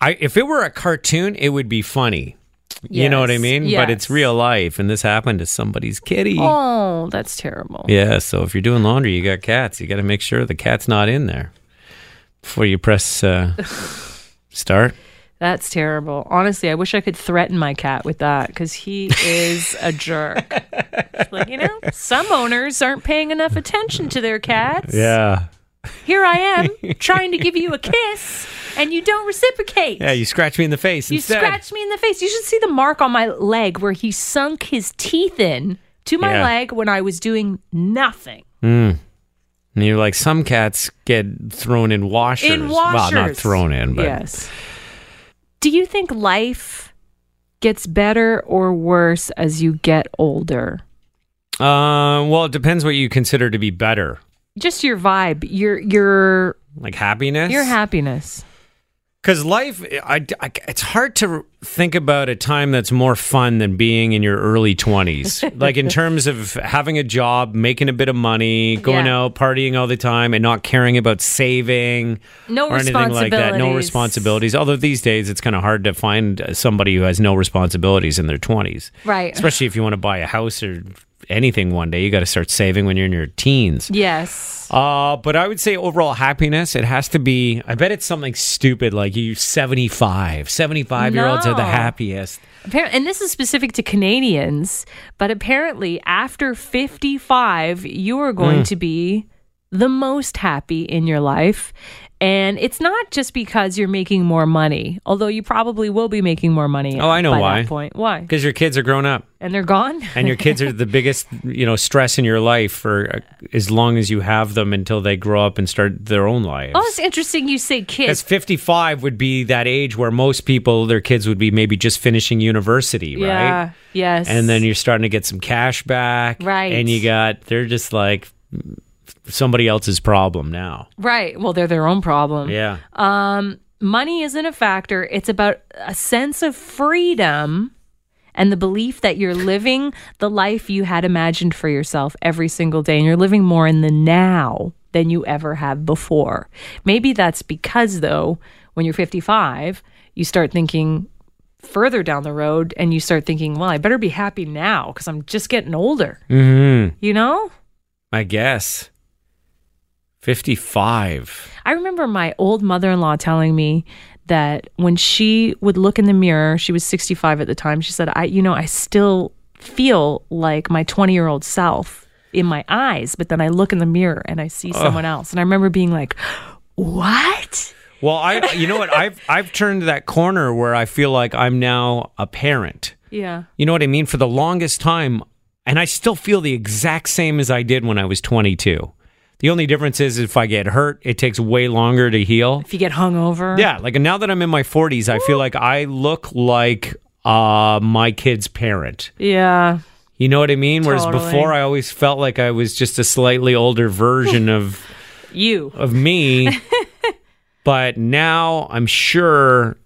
[SPEAKER 2] I, if it were a cartoon, it would be funny. You know what I
[SPEAKER 3] Yes,
[SPEAKER 2] mean? But it's
[SPEAKER 3] yes.
[SPEAKER 2] real life, and this happened to somebody's kitty.
[SPEAKER 3] Oh, that's terrible.
[SPEAKER 2] Yeah, so if you're doing laundry, you got cats. You got to make sure the cat's not in there before you press uh, start.
[SPEAKER 3] That's terrible. Honestly, I wish I could threaten my cat with that because he is a jerk. like, you know, some owners aren't paying enough attention to their cats.
[SPEAKER 2] Yeah.
[SPEAKER 3] Here I am trying to give you a kiss and you don't reciprocate.
[SPEAKER 2] Yeah, you scratch me in the face
[SPEAKER 3] You
[SPEAKER 2] instead.
[SPEAKER 3] scratched me in the face. You should see the mark on my leg where he sunk his teeth in to my
[SPEAKER 2] Yeah.
[SPEAKER 3] leg when I was doing nothing.
[SPEAKER 2] Mm. And you're like, some cats get thrown in washers.
[SPEAKER 3] In
[SPEAKER 2] Well, not
[SPEAKER 3] washers.
[SPEAKER 2] thrown in, but.
[SPEAKER 3] Yes. Do you think life gets better or worse as you get older?
[SPEAKER 2] Uh, well, it depends what you consider to be better.
[SPEAKER 3] Just your vibe, your your
[SPEAKER 2] Like happiness?
[SPEAKER 3] your happiness.
[SPEAKER 2] Because life, I, I- it's hard to think about a time that's more fun than being in your early 20s. like, in terms of having a job, making a bit of money, going
[SPEAKER 3] Yeah.
[SPEAKER 2] out, partying all the time, and not caring about saving
[SPEAKER 3] No
[SPEAKER 2] or anything like that. No
[SPEAKER 3] responsibilities.
[SPEAKER 2] responsibilities. Although these days, it's kind of hard to find uh, somebody who has no responsibilities in their 20s.
[SPEAKER 3] Right.
[SPEAKER 2] Especially if you want to buy a house or anything one day, you got to start saving when you're in your teens.
[SPEAKER 3] Yes.
[SPEAKER 2] Uh, but I would say overall happiness, it has to be, I bet it's something stupid like you 75. 75 year olds are the
[SPEAKER 3] No.
[SPEAKER 2] happiest.
[SPEAKER 3] Appar- and this is specific to Canadians, but apparently after 55, you are going
[SPEAKER 2] Mm.
[SPEAKER 3] to be the most happy in your life. And it's not just because you're making more money, although you probably will be making more money.
[SPEAKER 2] Oh, I know
[SPEAKER 3] by
[SPEAKER 2] why.
[SPEAKER 3] That point. Why?
[SPEAKER 2] Because your kids are grown up
[SPEAKER 3] And they're gone.
[SPEAKER 2] and your kids are the biggest, you know, stress in your life for uh, as long as you have them until they grow up and start their own life.
[SPEAKER 3] Oh, it's interesting you say
[SPEAKER 2] Because
[SPEAKER 3] kids.
[SPEAKER 2] 55 would be that age where most people, their kids would be maybe just finishing university, right?
[SPEAKER 3] Yeah. Yes.
[SPEAKER 2] and then you're starting to get some cash back
[SPEAKER 3] Right.
[SPEAKER 2] and you got they're just like somebody else's problem now
[SPEAKER 3] Mm. Right. Well, they're their own problem.
[SPEAKER 2] yeah
[SPEAKER 3] Um, money isn't a factor. It's about a sense of freedom and the belief that you're living the life you had imagined for yourself every single day and you're living more in the now than you ever have before. Maybe that's because, though, when you're 55, you start thinking further down the road and you start thinking, well, I better be happy now because I'm just getting older,
[SPEAKER 2] Mm-hmm.
[SPEAKER 3] you know?
[SPEAKER 2] I guess. 55.
[SPEAKER 3] I remember my old mother in law telling me that when she would look in the mirror, she was 65 at the time, she said, I, you know, I still feel like my 20 year old self in my eyes, but then I look in the mirror and I see
[SPEAKER 2] Ugh.
[SPEAKER 3] someone else. And I remember being like, what?
[SPEAKER 2] Well, I you know what? I've I've turned that corner where I feel like I'm now a parent.
[SPEAKER 3] Yeah.
[SPEAKER 2] You know what I mean? For the longest time, and I still feel the exact same as I did when I was 22. The only difference is if I get hurt, it takes way longer to heal.
[SPEAKER 3] If you get hungover.
[SPEAKER 2] Yeah, like now that I'm in my 40s, I feel like I look like uh, my kid's parent.
[SPEAKER 3] Yeah.
[SPEAKER 2] You know what I mean? Whereas
[SPEAKER 3] Totally.
[SPEAKER 2] before, I always felt like I was just a slightly older version of
[SPEAKER 3] You.
[SPEAKER 2] of me. but now I'm sure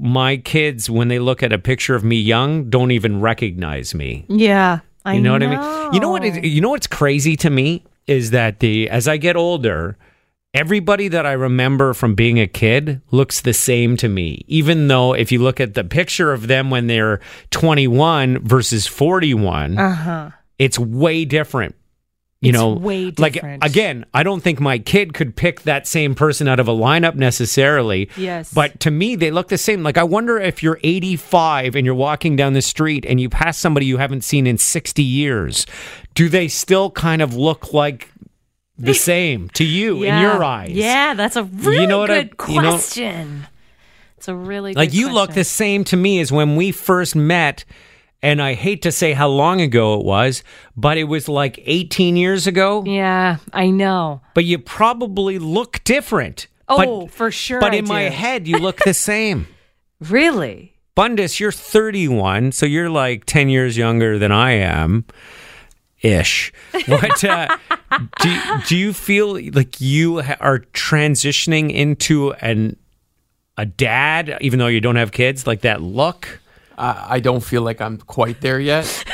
[SPEAKER 2] my kids, when they look at a picture of me young, don't even recognize me.
[SPEAKER 3] Yeah. I
[SPEAKER 2] you know, what I mean? You know what? Is, you know what's crazy to me is that the as I get older, everybody that I remember from being a kid looks the same to me. Even though if you look at the picture of them when they're 21 versus 41,
[SPEAKER 3] Uh huh.
[SPEAKER 2] it's way different. You
[SPEAKER 3] It's
[SPEAKER 2] know,
[SPEAKER 3] way
[SPEAKER 2] like
[SPEAKER 3] different.
[SPEAKER 2] again, I don't think my kid could pick that same person out of a lineup necessarily.
[SPEAKER 3] Yes.
[SPEAKER 2] But to me, they look the same. Like, I wonder if you're 85 and you're walking down the street and you pass somebody you haven't seen in 60 years, do they still kind of look like the same to you in your eyes?
[SPEAKER 3] Yeah, that's a really
[SPEAKER 2] know what I-
[SPEAKER 3] good
[SPEAKER 2] you know-
[SPEAKER 3] question. it's a really
[SPEAKER 2] Like,
[SPEAKER 3] good
[SPEAKER 2] you look the
[SPEAKER 3] question.
[SPEAKER 2] same to me as when we first met. And I hate to say how long ago it was, but it was like 18 years ago.
[SPEAKER 3] Yeah, I know.
[SPEAKER 2] But you probably look different.
[SPEAKER 3] Oh,
[SPEAKER 2] but,
[SPEAKER 3] for sure.
[SPEAKER 2] But
[SPEAKER 3] I
[SPEAKER 2] in my
[SPEAKER 3] do.
[SPEAKER 2] head, you look the same.
[SPEAKER 3] Really?
[SPEAKER 2] Bundus, you're 31, so you're like 10 years younger than I am, ish. What uh, do do you feel like you ha- are transitioning into an a dad, even though you don't have kids? Like that look.
[SPEAKER 7] I, I don't feel like I'm quite there yet.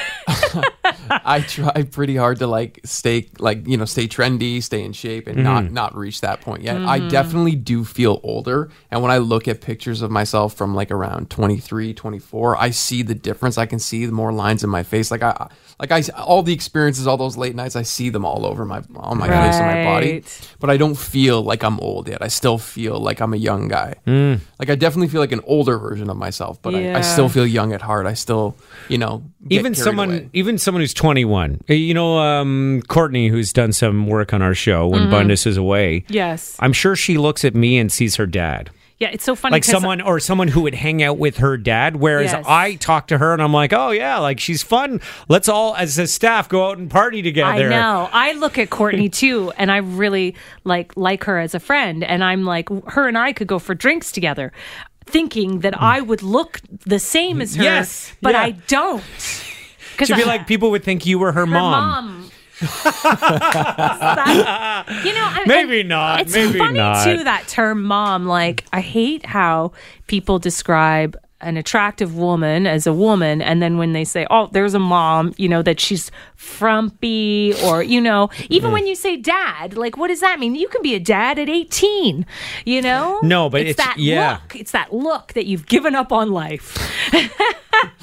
[SPEAKER 7] I try pretty hard to like stay like you know stay trendy, stay in shape, and not
[SPEAKER 11] Mhm.
[SPEAKER 7] not reach that point yet. I
[SPEAKER 11] Mhm.
[SPEAKER 7] definitely do feel older, and when I look at pictures of myself from like around 23, 24, I see the difference. I can see the more lines in my face. Like I like I all the experiences, all those late nights, I see them all over my on my face and my body.
[SPEAKER 3] Right.
[SPEAKER 7] But I don't feel like I'm old yet. I still feel like I'm a young guy. Like I definitely feel like an older version of myself, but I,
[SPEAKER 2] Yeah.
[SPEAKER 7] I still feel young at heart. I still, you know, get
[SPEAKER 2] even
[SPEAKER 7] carried
[SPEAKER 2] someone
[SPEAKER 7] away.
[SPEAKER 2] even someone who's 21 Uh, you know um, courtney who's done some work on our show when
[SPEAKER 3] Mhm.
[SPEAKER 2] bundus is away
[SPEAKER 3] Yes.
[SPEAKER 2] i'm sure she looks at me and sees her dad
[SPEAKER 3] Yeah, it's so funny.
[SPEAKER 2] like
[SPEAKER 3] 'cause-
[SPEAKER 2] someone or someone who would hang out with her dad whereas
[SPEAKER 3] Yes.
[SPEAKER 2] i talk to her and i'm like oh yeah like she's fun let's all as a staff go out and party
[SPEAKER 3] I
[SPEAKER 2] together
[SPEAKER 3] know. I look at Courtney too, and I really like like her as a friend, and I'm like, her and I could go for drinks together, thinking that I would look the same as her.
[SPEAKER 2] Hmm. Yes,
[SPEAKER 3] but
[SPEAKER 2] yeah.
[SPEAKER 3] I don't.
[SPEAKER 2] she'd be
[SPEAKER 3] I-
[SPEAKER 2] like people would think you were her, mom,
[SPEAKER 3] You know, I,
[SPEAKER 2] maybe not
[SPEAKER 3] It's
[SPEAKER 2] maybe
[SPEAKER 3] funny
[SPEAKER 2] not
[SPEAKER 3] too that term mom. Like I hate how people describe an attractive woman as a woman and then when they say oh there's a mom you know that she's frumpy or you know even when you say dad like what does that mean you can be a dad at 18 you know
[SPEAKER 2] No, but it's-
[SPEAKER 3] that
[SPEAKER 2] yeah.
[SPEAKER 3] look it's that look that you've given up on life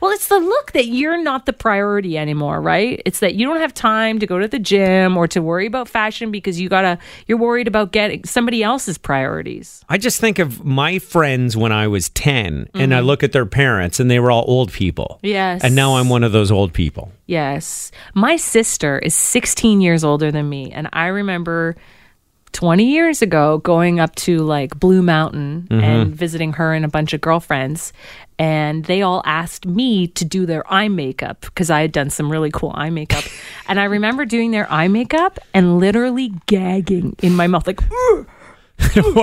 [SPEAKER 3] well, it's the look that you're not the priority anymore, right? It's that you don't have time to go to the gym or to worry about fashion because you gotta you're worried about getting somebody else's priorities.
[SPEAKER 2] I just think of my friends when I was 10 and I look at their parents and they were all old people.
[SPEAKER 3] Mm-hmm. Yes.
[SPEAKER 2] And now I'm one of those old people.
[SPEAKER 3] Yes. My sister is 16 years older than me. And I remember 20 years ago going up to like Blue Mountain
[SPEAKER 12] Mhm.
[SPEAKER 3] and visiting her and a bunch of girlfriends. And they all asked me to do their eye makeup because I had done some really cool eye makeup. and I remember doing their eye makeup and literally gagging in my mouth, like,
[SPEAKER 2] Why?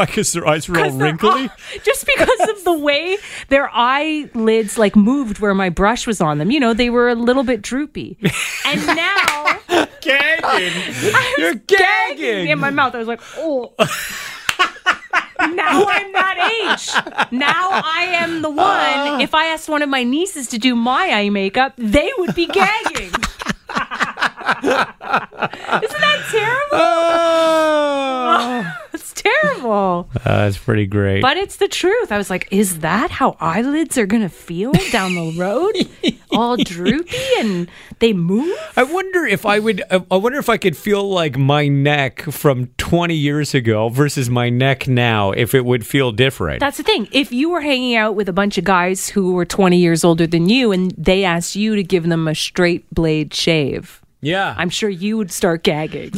[SPEAKER 2] Because their eyes were all wrinkly?
[SPEAKER 3] just because of the way their eyelids like moved where my brush was on them. You know, they were a little bit droopy. And now
[SPEAKER 2] gagging.
[SPEAKER 3] You're gagging in my mouth. I was like, oh. now I'm that age. Now I am the
[SPEAKER 2] Uh.
[SPEAKER 3] one. if I asked one of my nieces to do my eye makeup, they would be gagging. Isn't that terrible?
[SPEAKER 2] Uh.
[SPEAKER 3] it's terrible.
[SPEAKER 2] Ah, that's pretty great.
[SPEAKER 3] But it's the truth. I was like, is that how eyelids are going to feel down the road? All droopy and they move?
[SPEAKER 2] I wonder if I would. uh, I I wonder if I could feel like my neck from 20 years ago versus my neck now. If it would feel different.
[SPEAKER 3] That's the thing. If you were hanging out with a bunch of guys who were 20 years older than you and they asked you to give them a straight blade shave,
[SPEAKER 2] yeah,
[SPEAKER 3] I'm sure you would start gagging.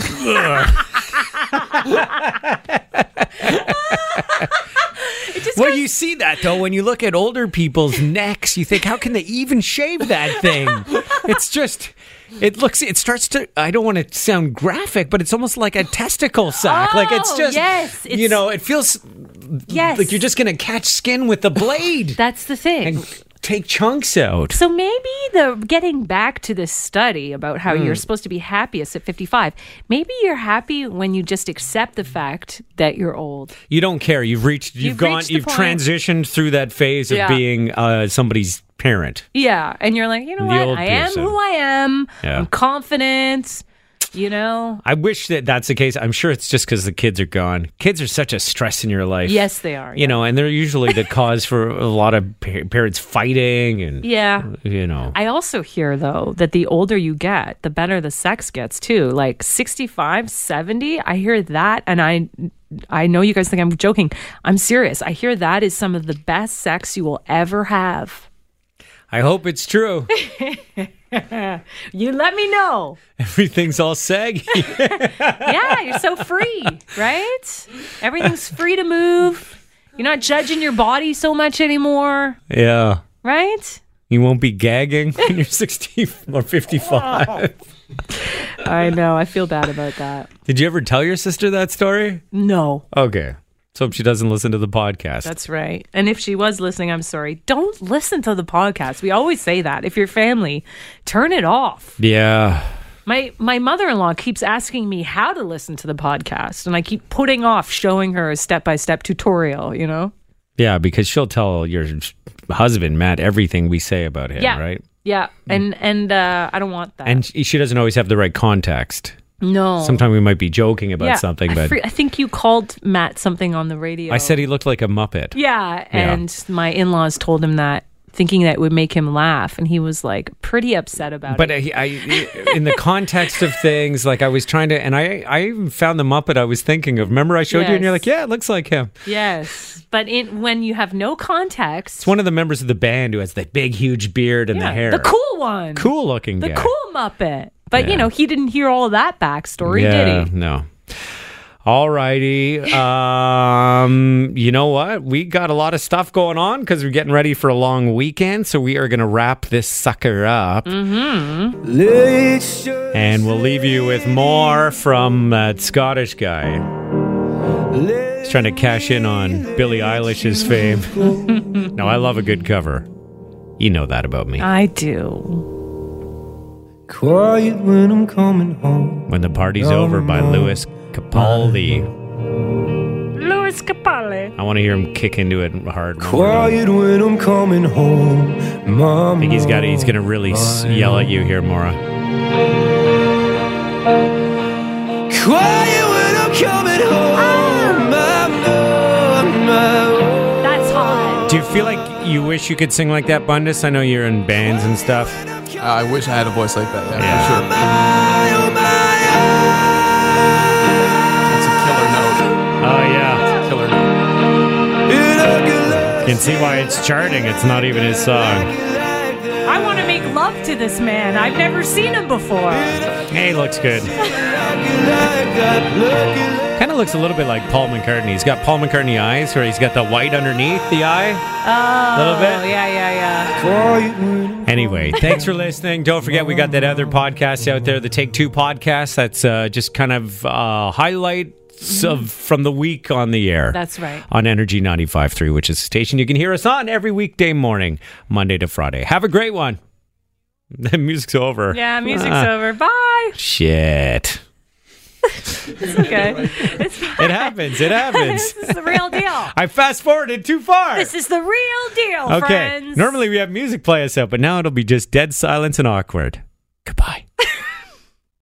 [SPEAKER 2] well, you see that though when you look at older people's necks, you think, how can they even shave that thing? it's just, it looks, it starts to. I don't want to sound graphic, but it's almost like a testicle sack. like it's
[SPEAKER 3] Oh,
[SPEAKER 2] just,
[SPEAKER 3] yes,
[SPEAKER 2] you
[SPEAKER 3] it's-
[SPEAKER 2] know, it feels
[SPEAKER 3] Yes.
[SPEAKER 2] like you're just gonna catch skin with the blade
[SPEAKER 3] That's the thing.
[SPEAKER 2] and take chunks out.
[SPEAKER 3] So maybe the getting back to this study about how
[SPEAKER 2] Mm.
[SPEAKER 3] you're supposed to be happiest at 55. Maybe you're happy when you just accept the fact that you're old.
[SPEAKER 2] You don't care. You've reached. You've,
[SPEAKER 3] You've
[SPEAKER 2] gone.
[SPEAKER 3] reached the
[SPEAKER 2] you've
[SPEAKER 3] point.
[SPEAKER 2] transitioned through that phase of
[SPEAKER 3] Yeah.
[SPEAKER 2] being uh, somebody's parent.
[SPEAKER 3] Yeah, and you're like, you know
[SPEAKER 2] The
[SPEAKER 3] what?
[SPEAKER 2] old
[SPEAKER 3] I am
[SPEAKER 2] person.
[SPEAKER 3] who I am.
[SPEAKER 2] Yeah.
[SPEAKER 3] I'm confident. You know.
[SPEAKER 2] I wish that that's the case. I'm sure it's just because the kids are gone. Kids are such a stress in your life.
[SPEAKER 3] Yes, they are.
[SPEAKER 2] You know, and they're usually the cause for a lot of pa- parents fighting and
[SPEAKER 3] Yeah.
[SPEAKER 2] you know.
[SPEAKER 3] I also hear though that the older you get, the better the sex gets too. Like 65, 70, I hear that and I I know you guys think I'm joking. I'm serious. I hear that is some of the best sex you will ever have.
[SPEAKER 2] I hope it's true.
[SPEAKER 3] you let me know.
[SPEAKER 2] Everything's all saggy.
[SPEAKER 3] Yeah, you're so free, right? Everything's free to move. You're not judging your body so much anymore,
[SPEAKER 2] yeah.
[SPEAKER 3] right?
[SPEAKER 2] You won't be gagging when you're 60 or 55.
[SPEAKER 3] I know. I feel bad about that.
[SPEAKER 2] Did you ever tell your sister that story?
[SPEAKER 3] No.
[SPEAKER 2] Okay. Let's hope she doesn't listen to the podcast.
[SPEAKER 3] That's right. And if she was listening, I'm sorry. Don't listen to the podcast. We always say that. If you're family, turn it off.
[SPEAKER 2] yeah.
[SPEAKER 3] My my mother-in-law keeps asking me how to listen to the podcast, and I keep putting off showing her a step-by-step tutorial, you know?
[SPEAKER 2] Yeah, because she'll tell your husband, Matt, everything we say about him, right?
[SPEAKER 3] Yeah. And and uh, I don't want that.
[SPEAKER 2] And she she doesn't always have the right context.
[SPEAKER 3] No.
[SPEAKER 2] Sometimes we might be joking about
[SPEAKER 3] Oh. Yeah,
[SPEAKER 2] something,
[SPEAKER 3] I
[SPEAKER 2] but
[SPEAKER 3] fre- I think you called Matt something on the radio.
[SPEAKER 2] I said he looked like a Muppet.
[SPEAKER 3] Yeah,
[SPEAKER 2] Yeah.
[SPEAKER 3] and my in-laws told him that, thinking that it would make him laugh, and he was like pretty upset about
[SPEAKER 2] But
[SPEAKER 3] it.
[SPEAKER 2] I, I, in the context of things, like I was trying to, and I, I even found the Muppet I was thinking of. Remember, I showed you, and you're
[SPEAKER 3] Yes.
[SPEAKER 2] like, "Yeah, it looks like him."
[SPEAKER 3] yes, but in, when you have no context,
[SPEAKER 2] It's one of the members of the band who has the big, huge beard and
[SPEAKER 3] yeah,
[SPEAKER 2] the hair,
[SPEAKER 3] cool one,
[SPEAKER 2] cool looking,
[SPEAKER 3] the
[SPEAKER 2] guy.
[SPEAKER 3] cool Muppet. But
[SPEAKER 2] Yeah.
[SPEAKER 3] you know, he didn't hear all that backstory,
[SPEAKER 2] yeah,
[SPEAKER 3] did he?
[SPEAKER 2] no. All righty. Um, you know what? We got a lot of stuff going on because we're getting ready for a long weekend. So we are going to wrap this sucker up. Mm-hmm. And we'll leave you with more from that Scottish guy. He's trying to cash in on Billie Eilish's fame. no, I love a good cover. You know that about me.
[SPEAKER 3] I do.
[SPEAKER 1] Quiet when I'm coming home.
[SPEAKER 2] When the Party's Over by Louis Capaldi.
[SPEAKER 3] Louis Capaldi.
[SPEAKER 2] I want to hear him kick into it hard. when we're done.
[SPEAKER 1] Quiet when I'm coming home. Mom.
[SPEAKER 2] I think he's got. He's gonna really s- yell at you here, Mora.
[SPEAKER 1] Quiet when I'm coming home. I'm on
[SPEAKER 3] That's hot.
[SPEAKER 2] Do you feel like you wish you could sing like that, Bundus? I know you're in bands and stuff.
[SPEAKER 7] Uh, I wish I had a voice like that. Yeah,
[SPEAKER 2] Yeah.
[SPEAKER 7] for sure. It's a killer note.
[SPEAKER 2] Oh yeah,
[SPEAKER 7] Killer note.
[SPEAKER 2] you can see why it's charting. It's not even his song.
[SPEAKER 3] I want to make love to this man. I've never seen him before.
[SPEAKER 2] Hey, looks good. Kind of looks a little bit like Paul McCartney. He's got Paul McCartney eyes, where he's got the white underneath the eye.
[SPEAKER 3] Oh,
[SPEAKER 2] Little bit.
[SPEAKER 3] yeah, yeah, yeah.
[SPEAKER 2] Anyway, thanks for listening. Don't forget we got that other podcast out there, the Take Two podcast. That's uh, just kind of uh, highlights of from the week on the air.
[SPEAKER 3] Mm-hmm. That's right.
[SPEAKER 2] on Energy 95.3, which is the station you can hear us on every weekday morning, Monday to Friday. Have a great one. The music's over.
[SPEAKER 3] Yeah, music's
[SPEAKER 2] Ah,
[SPEAKER 3] over. Bye.
[SPEAKER 2] Shit.
[SPEAKER 3] It's okay. It's
[SPEAKER 2] It happens. It happens.
[SPEAKER 3] this is the real deal.
[SPEAKER 2] I fast forwarded too far.
[SPEAKER 3] This is the real deal,
[SPEAKER 2] okay.
[SPEAKER 3] friends.
[SPEAKER 2] Normally we have music play us out, but now it'll be just dead silence and awkward. Goodbye.